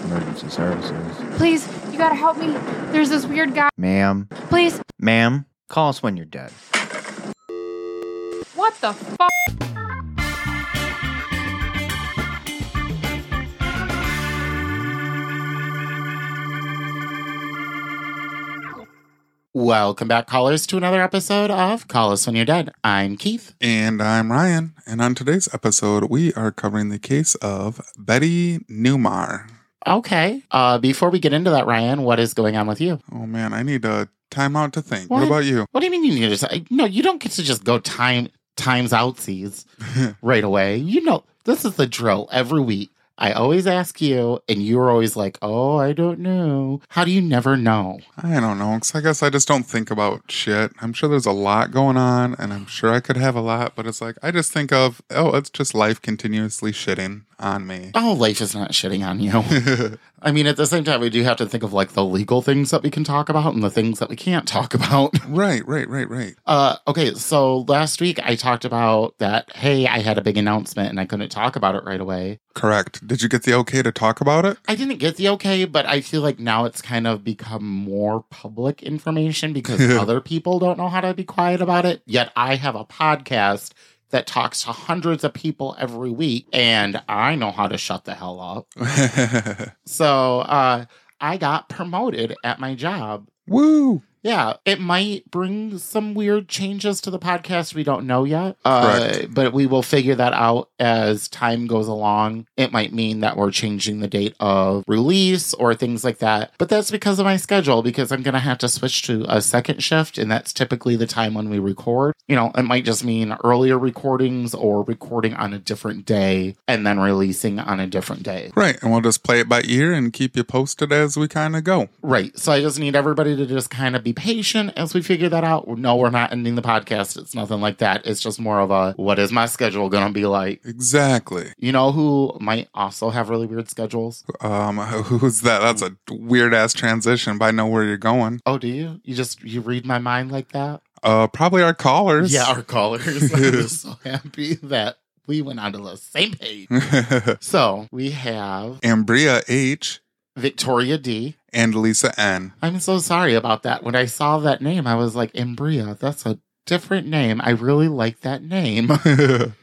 Emergency services. Please, you gotta help me. There's this weird guy. Ma'am, Please, ma'am, call us when you're dead. what the fuck? Welcome back, callers, to another episode of Call Us When You're Dead. I'm Keith. And I'm Ryan. And on today's episode, we are covering the case of Betty Newmar. Okay. Uh, before we get into that, Ryan, what is going on with you? Oh man, I need a time out to think. What, What? about you? What do you mean you need to? say- No, you don't get to just go time times outsies right away. You know, this is the drill every week. I always ask you, and you're always like, "Oh, I don't know." How do you never know? I don't know. 'cause I guess I just don't think about shit. I'm sure there's a lot going on, and I'm sure I could have a lot, but it's like I just think of, oh, it's just life continuously shitting on me. Oh, life is not shitting on you. I mean, at the same time, we do have to think of like the legal things that we can talk about and the things that we can't talk about. right, right, right, right. Uh, okay, so last week I talked about that. Hey, I had a big announcement and I couldn't talk about it right away. Correct. Did you get the okay to talk about it? I didn't get the okay, but I feel like now it's kind of become more public information because other people don't know how to be quiet about it. Yet I have a podcast that talks to hundreds of people every week, and I know how to shut the hell up. So uh, I got promoted at my job. Woo! Yeah, it might bring some weird changes to the podcast we don't know yet. Uh, Correct. but we will figure that out as time goes along. It might mean that we're changing the date of release or things like that. But that's because of my schedule, because I'm going to have to switch to a second shift. And that's typically the time when we record. You know, it might just mean earlier recordings or recording on a different day and then releasing on a different day. Right, and we'll just play it by ear and keep you posted as we kind of go. Right. So I just need everybody to just kind of be patient as we figure that out. No, we're not ending the podcast. It's nothing like that. It's just more of a what is my schedule going to be like? Exactly. You know who might also have really weird schedules? Um, who's that? That's a weird ass transition. But I know where you're going. Oh, do you? You just you read my mind like that? Uh, probably our callers. Yeah, our callers. I'm so happy that we went onto the same page. So we have Ambria H Victoria D. and Lisa N. I'm so sorry about that. When I saw that name, I was like, Embria, that's a different name. I really like that name.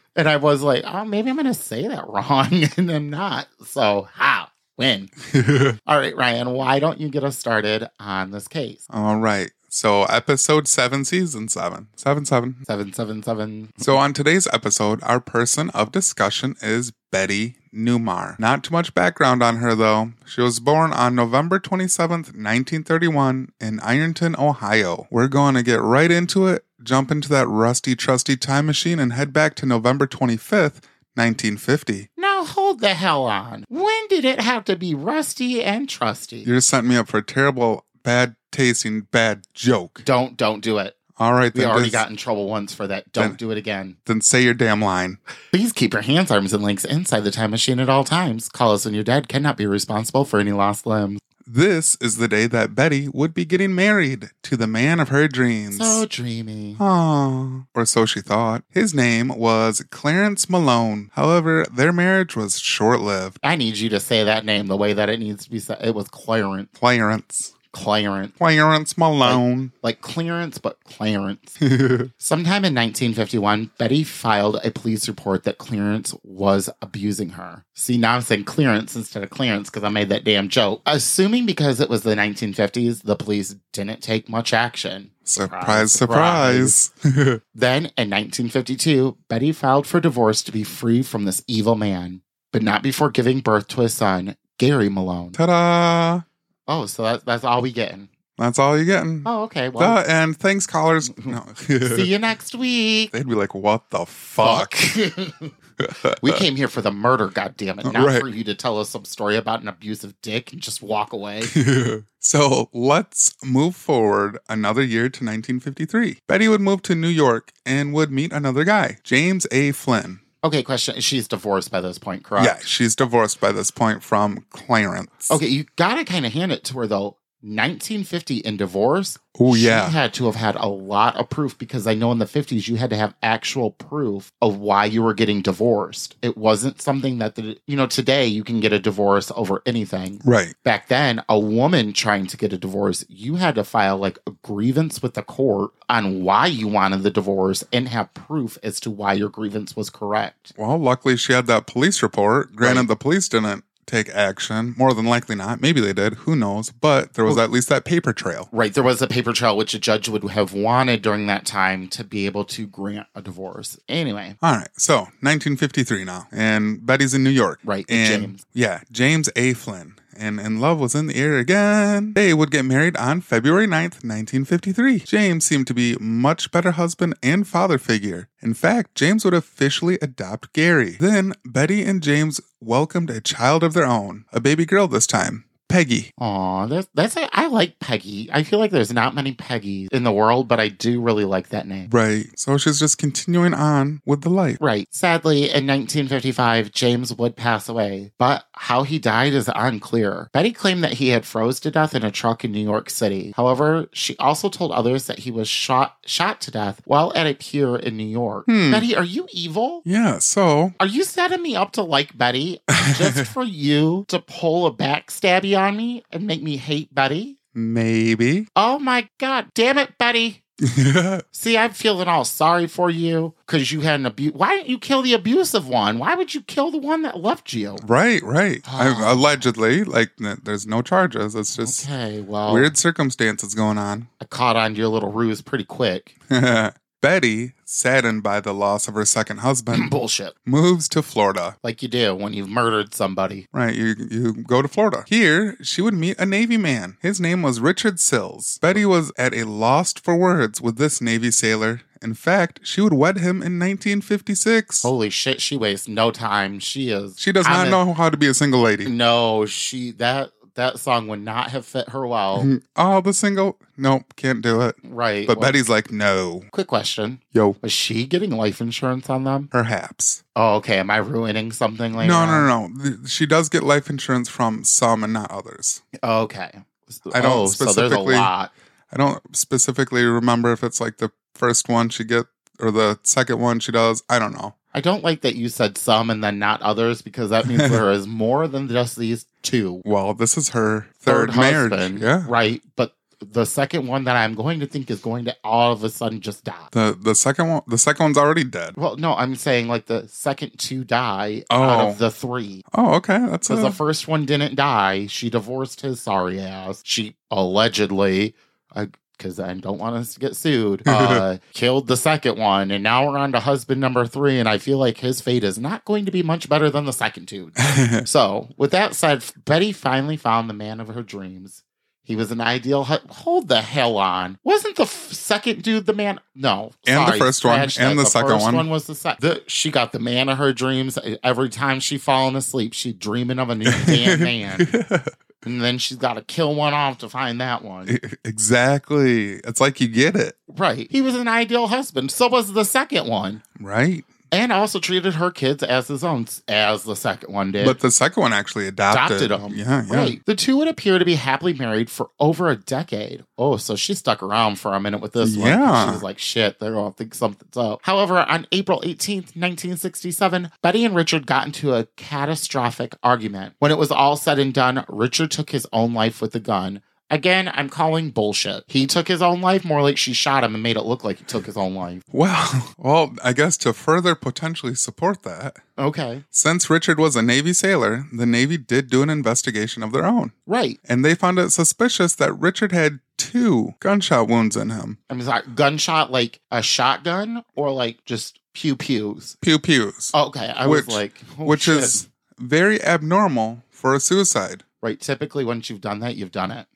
and I was like, oh, maybe I'm going to say that wrong. and I'm not. So, how? When? All right, Ryan, why don't you get us started on this case? All right. So, episode seven, season seven, seven, seven. 777. So, on today's episode, our person of discussion is Betty Newmar. Not too much background on her, though. She was born on November 27th, 1931, in Ironton, Ohio. We're going to get right into it, jump into that rusty, trusty time machine, and head back to November 25th, 1950. Now, hold the hell on. When did it have to be rusty and trusty? You just sent me up for a terrible, bad tasting, bad joke. don't, don't do it. All right, We then, already just- got in trouble once for that. Don't Then- do it again. then say your damn line. Please keep your hands, arms, and legs inside the time machine at all times. Call us when you're dead cannot be responsible for any lost limbs. This is the day that Betty would be getting married to the man of her dreams. So dreamy. Aw. Or so she thought. His name was Clarence Malone. However, their marriage was short lived. I need you to say that name the way that it needs to be said. It was Clarence. Clarence. Clarence. Clarence Malone. Like clearance, but Clarence. Sometime in 1951, Betty filed a police report that Clarence was abusing her. See, now I'm saying clearance instead of clearance because I made that damn joke. Assuming because it was the 1950s, the police didn't take much action. surprise, surprise. Then, in 1952, Betty filed for divorce to be free from this evil man, but not before giving birth to a son, Gary Malone. Ta da! Oh, so that, that's all we getting. That's all you're getting. Oh, okay. Well, Duh, and thanks, callers. No. see you next week. They'd be like, what the fuck? we came here for the murder, goddammit, not Uh, Right. for you to tell us some story about an abusive dick and just walk away. so let's move forward another year to 1953. Betty would move to New York and would meet another guy, James A. Flynn. okay, question. She's divorced by this point, correct? Yeah, she's divorced by this point from Clarence. Okay, you gotta kind of hand it to her though. 1950 in divorce. Oh, she yeah. had to have had a lot of proof because I know in the 50s you had to have actual proof of why you were getting divorced. It wasn't something that the you know today you can get a divorce over anything. Right. Back then, a woman trying to get a divorce, you had to file like a grievance with the court on why you wanted the divorce and have proof as to why your grievance was correct. Well, luckily she had that police report. Granted, Right. the police didn't take action. More than likely not. Maybe they did. Who knows? But there was at least that paper trail. Right, there was a paper trail which a judge would have wanted during that time to be able to grant a divorce. Anyway, All right. So 1953 now. And Betty's in New York. Right, with And James. yeah, James A. Flynn. And, and love was in the air again. They would get married on February 9th, 1953. James seemed to be much better husband and father figure. In fact, James would officially adopt Gary. Then Betty and James welcomed a child of their own, a baby girl this time, Peggy. Aw, that's that's a, I like Peggy. I feel like there's not many Peggy's in the world, but I do really like that name. Right. So she's just continuing on with the life. Right. Sadly, in 1955, James would pass away, but how he died is unclear. Betty claimed that he had froze to death in a truck in New York City. However, she also told others that he was shot shot to death while at a pier in New York. Hmm. Betty, are you evil? Yeah. So Are you setting me up to like Betty just for you to pull a backstabby on me and make me hate Betty? maybe. Oh my god, damn it, Betty. See, I'm feeling all sorry for you because you had an abuse. Why didn't you kill the abusive one? Why would you kill the one that left you? right. Right. I, Ah. allegedly, like, n- there's no charges. It's just Okay, well, weird circumstances going on. I caught on to your little ruse pretty quick. Betty, saddened by the loss of her second husband, Bullshit, moves to Florida. like you do when you've murdered somebody. Right, you, you go to Florida. Here, she would meet a Navy man. His name was Richard Sills. Betty was at a loss for words with this Navy sailor. In fact, she would wed him in 1956. Holy shit, she wastes no time. She is. She does I'm not a- know how to be a single lady. No, she that that song would not have fit her well. Oh, the single? Nope, can't do it. right, But well, Betty's like, no. Quick question: Yo, Was she getting life insurance on them? perhaps. Oh, okay. Am I ruining something No, later? on? no, no, no. She does get life insurance from some and not others. Okay. Oh, I don't So there's a specifically- lot. I don't specifically remember if it's like the first one she get or the second one she does. I don't know. I don't like that you said some and then not others because that means there is more than just these two. Well, this is her third, marriage. Yeah. Right. But the second one that I'm going to think is going to all of a sudden just die. The the second one the second one's already dead. Well, no, I'm saying like the second two die out Oh. of the three. Oh, okay. That's Because the a, first one didn't die. She divorced his sorry ass. She allegedly, because I don't want us to get sued, uh, killed the second one. And now we're on to husband number three. And I feel like his fate is not going to be much better than the second two. so, with that said, Betty finally found the man of her dreams. He was an ideal. Hu- Hold the hell on! Wasn't the f- second dude the man? No, And the first one, scratch and that. the second first one. was the second. She got the man of her dreams. e, Every time she fallen asleep, she dreaming of a new damn man, and then she's got to kill one off to find that one. exactly. It's like you get it, Right? He was an ideal husband. So was the second one, right? and also treated her kids as his own, as the second one did. But the second one actually adopted. adopted him. Yeah, yeah. Right. The two would appear to be happily married for over a decade. Oh, so she stuck around for a minute with this one. Yeah. She was like, shit, they're going to think something's up. However, on April 18th, 1967, Betty and Richard got into a catastrophic argument. When it was all said and done, Richard took his own life with a gun. Again, I'm calling bullshit. He took his own life more like she shot him and made it look like he took his own life. Well, well, I guess to further potentially support that, Okay. since Richard was a Navy sailor, the Navy did do an investigation of their own. Right. and they found it suspicious that Richard had two gunshot wounds in him. I'm sorry. Gunshot like a shotgun or like just pew pews? Pew pews, Okay, I Which- was like, oh, which shit. is very abnormal for a suicide. right. Typically, once you've done that, you've done it.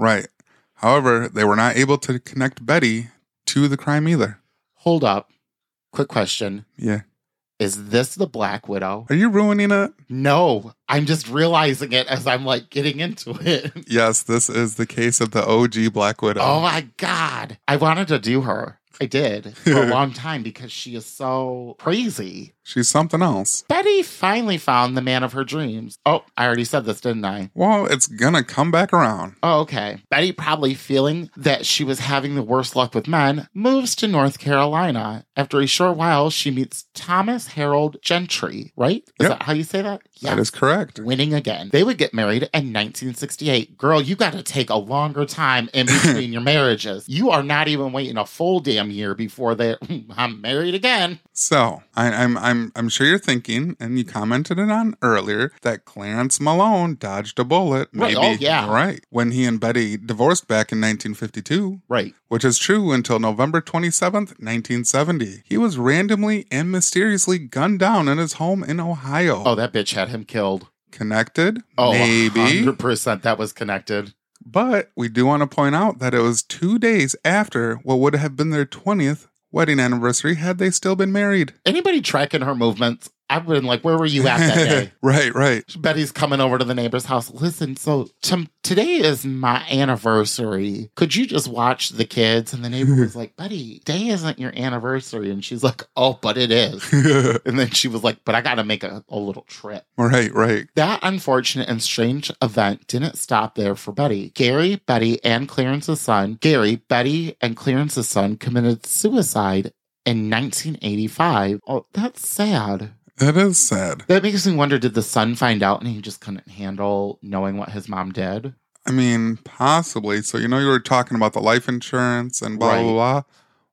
Right. However, they were not able to connect Betty to the crime either. Hold up, quick question: Yeah. Is this the Black Widow? Are you ruining it? No, I'm just realizing it as I'm like getting into it. Yes, this is the case of the OG Black Widow. Oh my god, I wanted to do her. I did for a long time because she is so crazy. She's something else. Betty finally found the man of her dreams. Oh, I already said this, didn't I? Well, it's gonna come back around. Oh, okay. Betty, probably feeling that she was having the worst luck with men, moves to North Carolina. After a short while, she meets Thomas Harold Gentry, right? Is Yep. that how you say that? That is correct. Winning again. They would get married in 1968. Girl, you got to take a longer time in between your marriages. You are not even waiting a full damn year before they, I'm married again. So I, I'm I'm I'm sure you're thinking, and you commented it on earlier that Clarence Malone dodged a bullet. Right, Maybe oh, yeah. right when he and Betty divorced back in 1952. Right. Which is true until November 27th, 1970. He was randomly and mysteriously gunned down in his home in Ohio. Oh, that bitch had him killed. Connected? Oh, maybe. 100% that was connected. But we do want to point out that it was two days after what would have been their 20th wedding anniversary had they still been married. Anybody tracking her movements? I've been like, where were you at that day? right, right. Betty's coming over to the neighbor's house. Listen, so t- today is my anniversary. Could you just watch the kids? And the neighbor was like, Betty, today isn't your anniversary. And she's like, oh, but it is. And then she was like, but I got to make a, a little trip. right, right. That unfortunate and strange event didn't stop there for Betty. Gary, Betty, and Clarence's son, Gary, Betty, and Clarence's son committed suicide in 1985. Oh, that's sad. That is sad. That makes me wonder did the son find out and he just couldn't handle knowing what his mom did? I mean, possibly. So, you know, you were talking about the life insurance and blah, blah, Right. blah.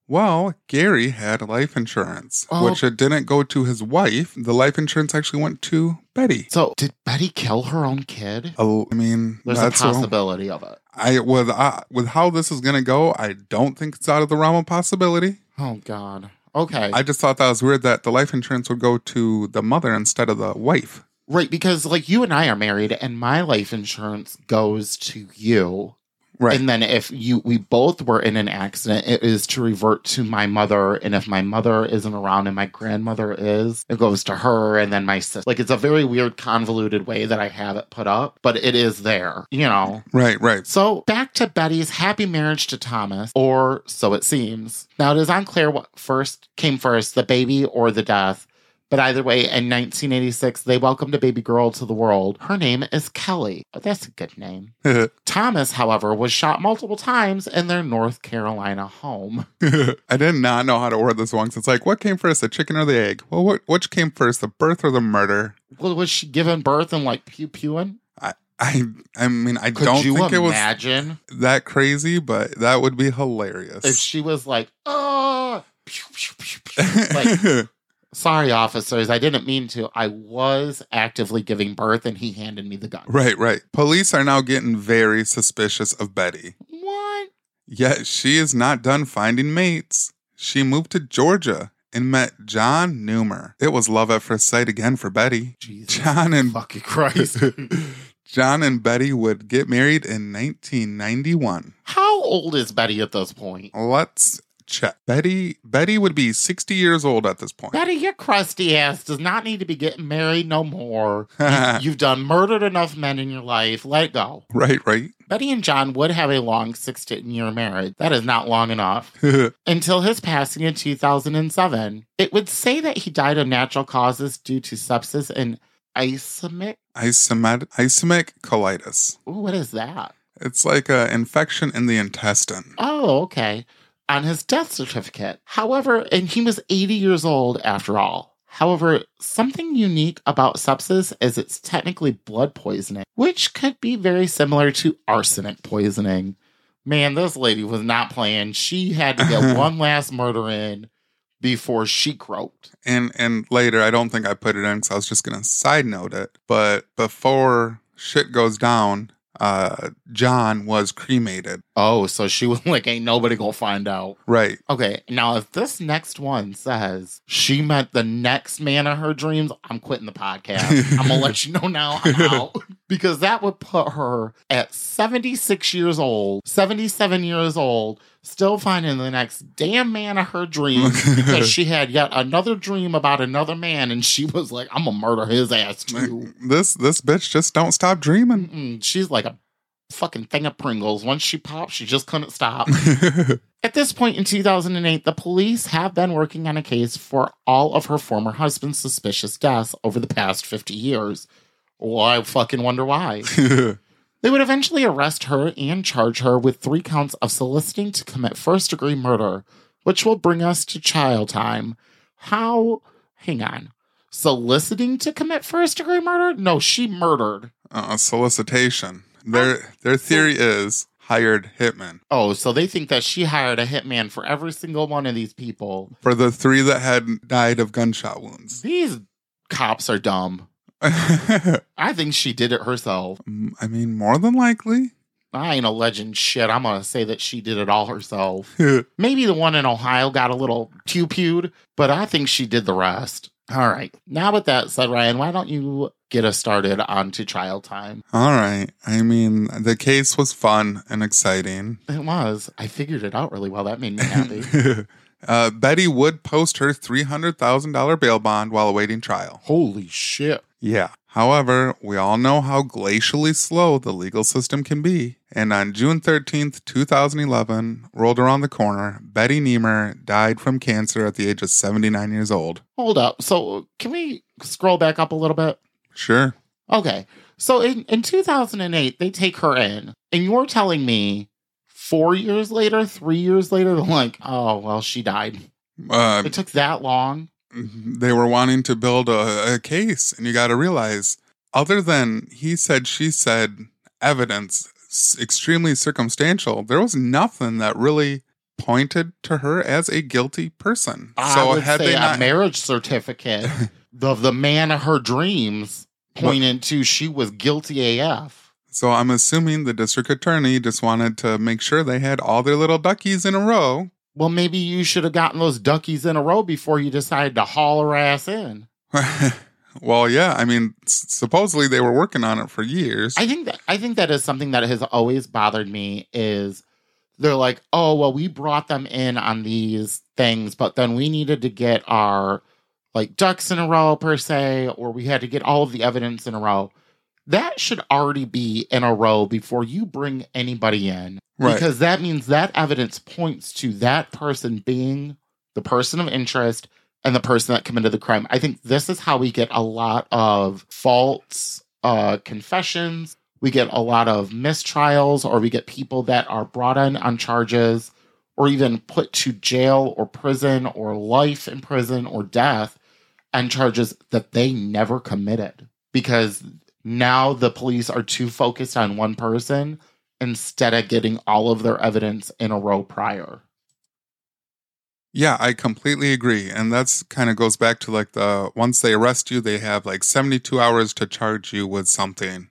Well, Gary had life insurance, Oh. which it didn't go to his wife. The life insurance actually went to Betty. So, did Betty kill her own kid? Oh, I mean, There's that's a what- possibility of it. I with uh, with how this is gonna go, I don't think it's out of the realm of possibility. Oh, God. Okay. I just thought that was weird that the life insurance would go to the mother instead of the wife. right. Because, like, you and I are married, and my life insurance goes to you. Right. And then if you we both were in an accident, it is to revert to my mother. And if my mother isn't around and my grandmother is, it goes to her and then my sister. Like it's a very weird, convoluted way that I have it put up, but it is there, you know. right, right. So back to Betty's happy marriage to Thomas, or so it seems. Now it is unclear what first came first, the baby or the death. But either way, in 1986, they welcomed a baby girl to the world. Her name is Kelly. Oh, that's a good name. Thomas, however, was shot multiple times in their North Carolina home. I did not know how to word this one. 'cause It's like, what came first, the chicken or the egg? Well, what which came first, the birth or the murder? Well, was she given birth and like pew pewing? I I mean, I Could don't you think it imagine was that crazy, but that would be hilarious. if she was like, oh, pew, pew, pew, pew," like, sorry, officers, I didn't mean to. I was actively giving birth and he handed me the gun. right, right. Police are now getting very suspicious of Betty. What? Yet she is not done finding mates. She moved to Georgia and met John Newmer. It was love at first sight again for Betty. Jesus. John and Fucking Christ. John and Betty would get married in 1991. How old is Betty at this point? Oh Let's check. Betty Betty would be 60 years old at this point. Betty, your crusty ass does not need to be getting married no more. Uh. You've done murdered enough men in your life. Let go. right, right. Betty and John would have a long 16 year marriage. That is not long enough. Until his passing in 2007. It would say that he died of natural causes due to sepsis and isomic. Isomat- isomic colitis. Ooh, what is that? It's like an infection in the intestine. Oh, okay. On his death certificate. However, and he was 80 years old after all. However, something unique about sepsis is it's technically blood poisoning, which could be very similar to arsenic poisoning. Man, this lady was not playing. She had to get one last murder in before she croaked. and and later i don't think i put it in because i was just gonna side note it but before shit goes down uh john was cremated Oh, so she was like, ain't nobody gonna find out. right Okay, now if this next one says she met the next man of her dreams, I'm quitting the podcast. I'm gonna let you know now I'm out because that would put her at 76 years old, 77 years old, still finding the next damn man of her dreams because she had yet another dream about another man and she was like, I'm gonna murder his ass too. this this bitch just don't stop dreaming Mm-mm, she's like a fucking thing of Pringles. Once she popped, she just couldn't stop. At this point in 2008, the police have been working on a case for all of her former husband's suspicious deaths over the past 50 years. Well, I fucking wonder why. They would eventually arrest her and charge her with three counts of soliciting to commit first degree murder, which will bring us to child time. How? Hang on. Soliciting to commit first degree murder? No, she murdered. uh, solicitation. Their their theory is hired hitman. Oh, so they think that she hired a hitman for every single one of these people. For the three that had died of gunshot wounds. These cops are dumb. Mm, I think she did it herself. I mean, more than likely. I ain't a legend shit. I'm gonna say that she did it all herself. Maybe the one in Ohio got a little pew pewed, but I think she did the rest. All right. Now with that said, Ryan, why don't you get us started on to trial time? All right. I mean, the case was fun and exciting. It was. I figured it out really well. That made me happy. uh, Betty would post her $300,000 bail bond while awaiting trial. Holy shit. Yeah. However, we all know how glacially slow the legal system can be. And on June 13th, 2011, rolled around the corner, Betty Niemer died from cancer at the age of 79 years old. Hold up. So can we scroll back up a little bit? Sure. Okay. So in, in 2008, they take her in, and you're telling me four years later, three years later, they're like, oh, well, she died. Uh, It took that long. they were wanting to build a, a case, and you got to realize, other than he said, she said evidence, s- extremely circumstantial, there was nothing that really pointed to her as a guilty person. I would say a marriage certificate of the man of her dreams pointed to she was guilty AF. So I'm assuming the district attorney just wanted to make sure they had all their little duckies in a row. Well, maybe you should have gotten those duckies in a row before you decided to haul her ass in. well, yeah, I mean, s- supposedly they were working on it for years. I think that I think that is something that has always bothered me is they're like, oh well, we brought them in on these things, but then we needed to get our like ducks in a row per se, or we had to get all of the evidence in a row. That should already be in a row before you bring anybody in. right. Because that means that evidence points to that person being the person of interest and the person that committed the crime. I think this is how we get a lot of false uh, confessions. We get a lot of mistrials, or we get people that are brought in on charges or even put to jail or prison or life in prison or death on charges that they never committed because now the police are too focused on one person instead of getting all of their evidence in a row prior. Yeah, I completely agree. And that's kind of goes back to like the once they arrest you, they have like 72 hours to charge you with something.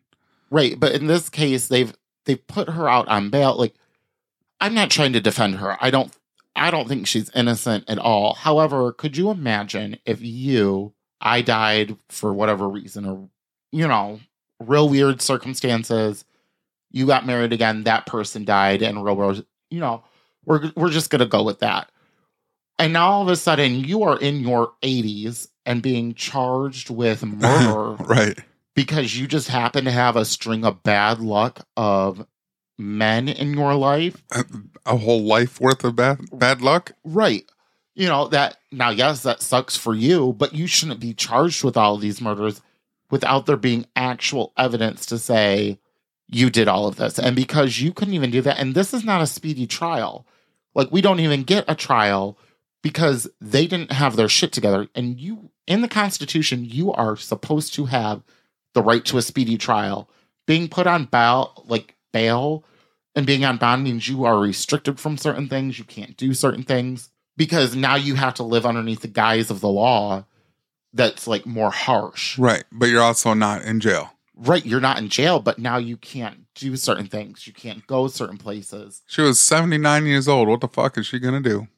Right, but in this case they've they've put her out on bail like I'm not trying to defend her. I don't I don't think she's innocent at all. However, could you imagine if you I died for whatever reason or you know, real weird circumstances, you got married again, that person died and real world, you know, we're we're just going to go with that. And now all of a sudden you are in your 80s and being charged with murder Right. because you just happen to have a string of bad luck of men in your life. A whole life worth of bad, bad luck. Right. You know, that now, yes, that sucks for you, but you shouldn't be charged with all of these murders without there being actual evidence to say you did all of this. And because you couldn't even do that, and this is not a speedy trial, like we don't even get a trial because they didn't have their shit together. And you, in the Constitution, you are supposed to have the right to a speedy trial. Being put on bail, like bail, and being on bond means you are restricted from certain things. You can't do certain things because now you have to live underneath the guise of the law that's like more harsh. Right. But you're also not in jail. Right. You're not in jail, but now you can't do certain things. You can't go certain places. She was 79 years old. What the fuck is she going to do?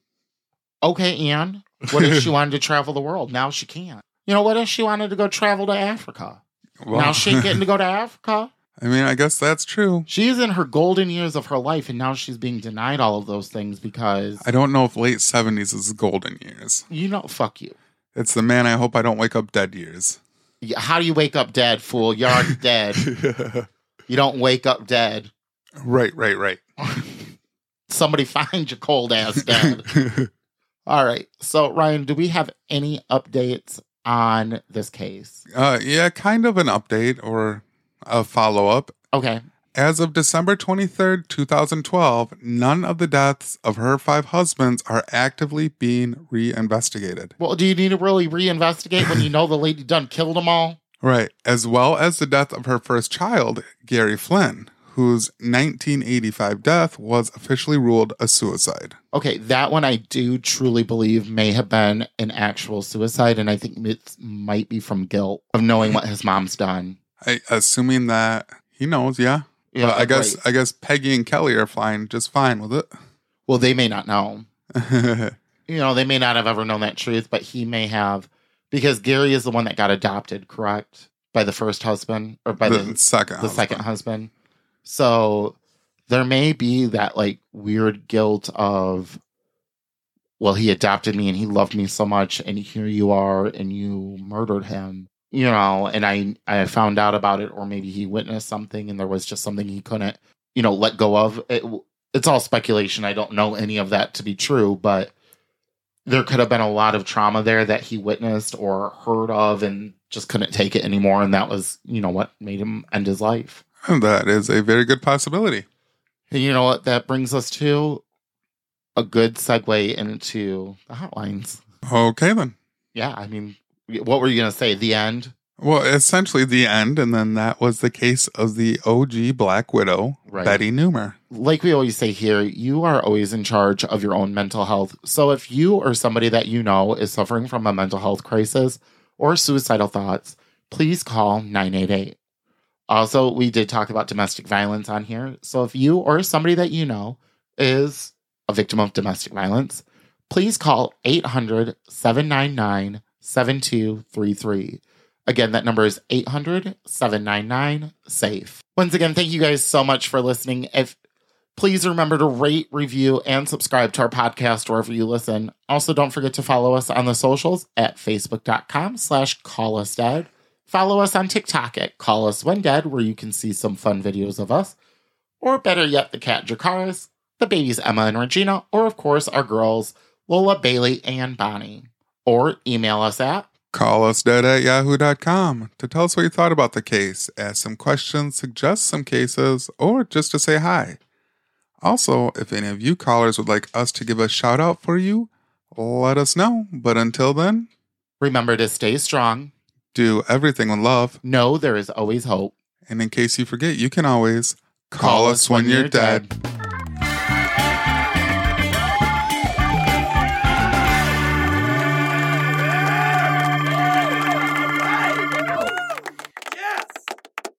Okay, Anne, what if she wanted to travel the world? Now she can't. You know, what if she wanted to go travel to Africa? now she ain't getting to go to Africa. I mean, I guess that's true. She is in her golden years of her life, and now she's being denied all of those things because, I don't know if late 70s is golden years. you know, fuck you. It's the man I hope I don't wake up dead years. Yeah, How do you wake up dead, fool? You're already dead. You don't wake up dead. Right, right, right. Somebody find your cold ass dead. All right. So, Ryan, do we have any updates on this case? uh, yeah, kind of an update or a follow up. Okay. As of December 23rd, 2012, none of the deaths of her five husbands are actively being reinvestigated. Well, do you need to really reinvestigate when you know the lady done killed them all? Right, as well as the death of her first child, Gary Flynn, whose 1985 death was officially ruled a suicide. Okay, that one I do truly believe may have been an actual suicide, and I think it might be from guilt of knowing what his mom's done. I, assuming that he knows, yeah. Yeah, but I guess right. I guess Peggy and Kelly are flying just fine with Well, they may not know. it. You know, they may not have ever known that truth, but he may have, because Gary is the one that got adopted, correct? By the first husband or by the, the second, the second husband. So there may be that like weird guilt of, well, he adopted me and he loved me so much, and here you are and you murdered him, you know. And I I found out about it, or maybe he witnessed something and there was just something he couldn't, you know, let go of. It, it's all speculation. I don't know any of that to be true, but there could have been a lot of trauma there that he witnessed or heard of and just couldn't take it anymore. And that was, you know, what made him end his life. That is a very good possibility. And you know what? That brings us to a good segue into the hotlines. Okay, then. Yeah. I mean, what were you going to say? The end? Well, essentially the end, and then that was the case of the OG Black Widow, Right. Betty Newmer. like we always say here, you are always in charge of your own mental health. So if you or somebody that you know is suffering from a mental health crisis or suicidal thoughts, please call 988. Also, we did talk about domestic violence on here. So if you or somebody that you know is a victim of domestic violence, please call 800 799 7233. Again, that number is 800 799 SAFE. E. Once again, thank you guys so much for listening. If Please remember to rate, review, and subscribe to our podcast wherever you listen. Also, don't forget to follow us on the socials at facebook.com slash call us dead. Follow us on TikTok at call us when dead, where you can see some fun videos of us. Or better yet, the cat Jacaras, the babies Emma and Regina, or of course our girls, Lola, Bailey, and Bonnie. Or email us at Call us dead at yahoo.com to tell us what you thought about the case, ask some questions, suggest some cases, or just to say hi. Also, if any of you callers would like us to give a shout out for you, let us know. But until then, remember to stay strong. do everything with love. Know there is always hope. And in case you forget, you can always call, us when, you're dead.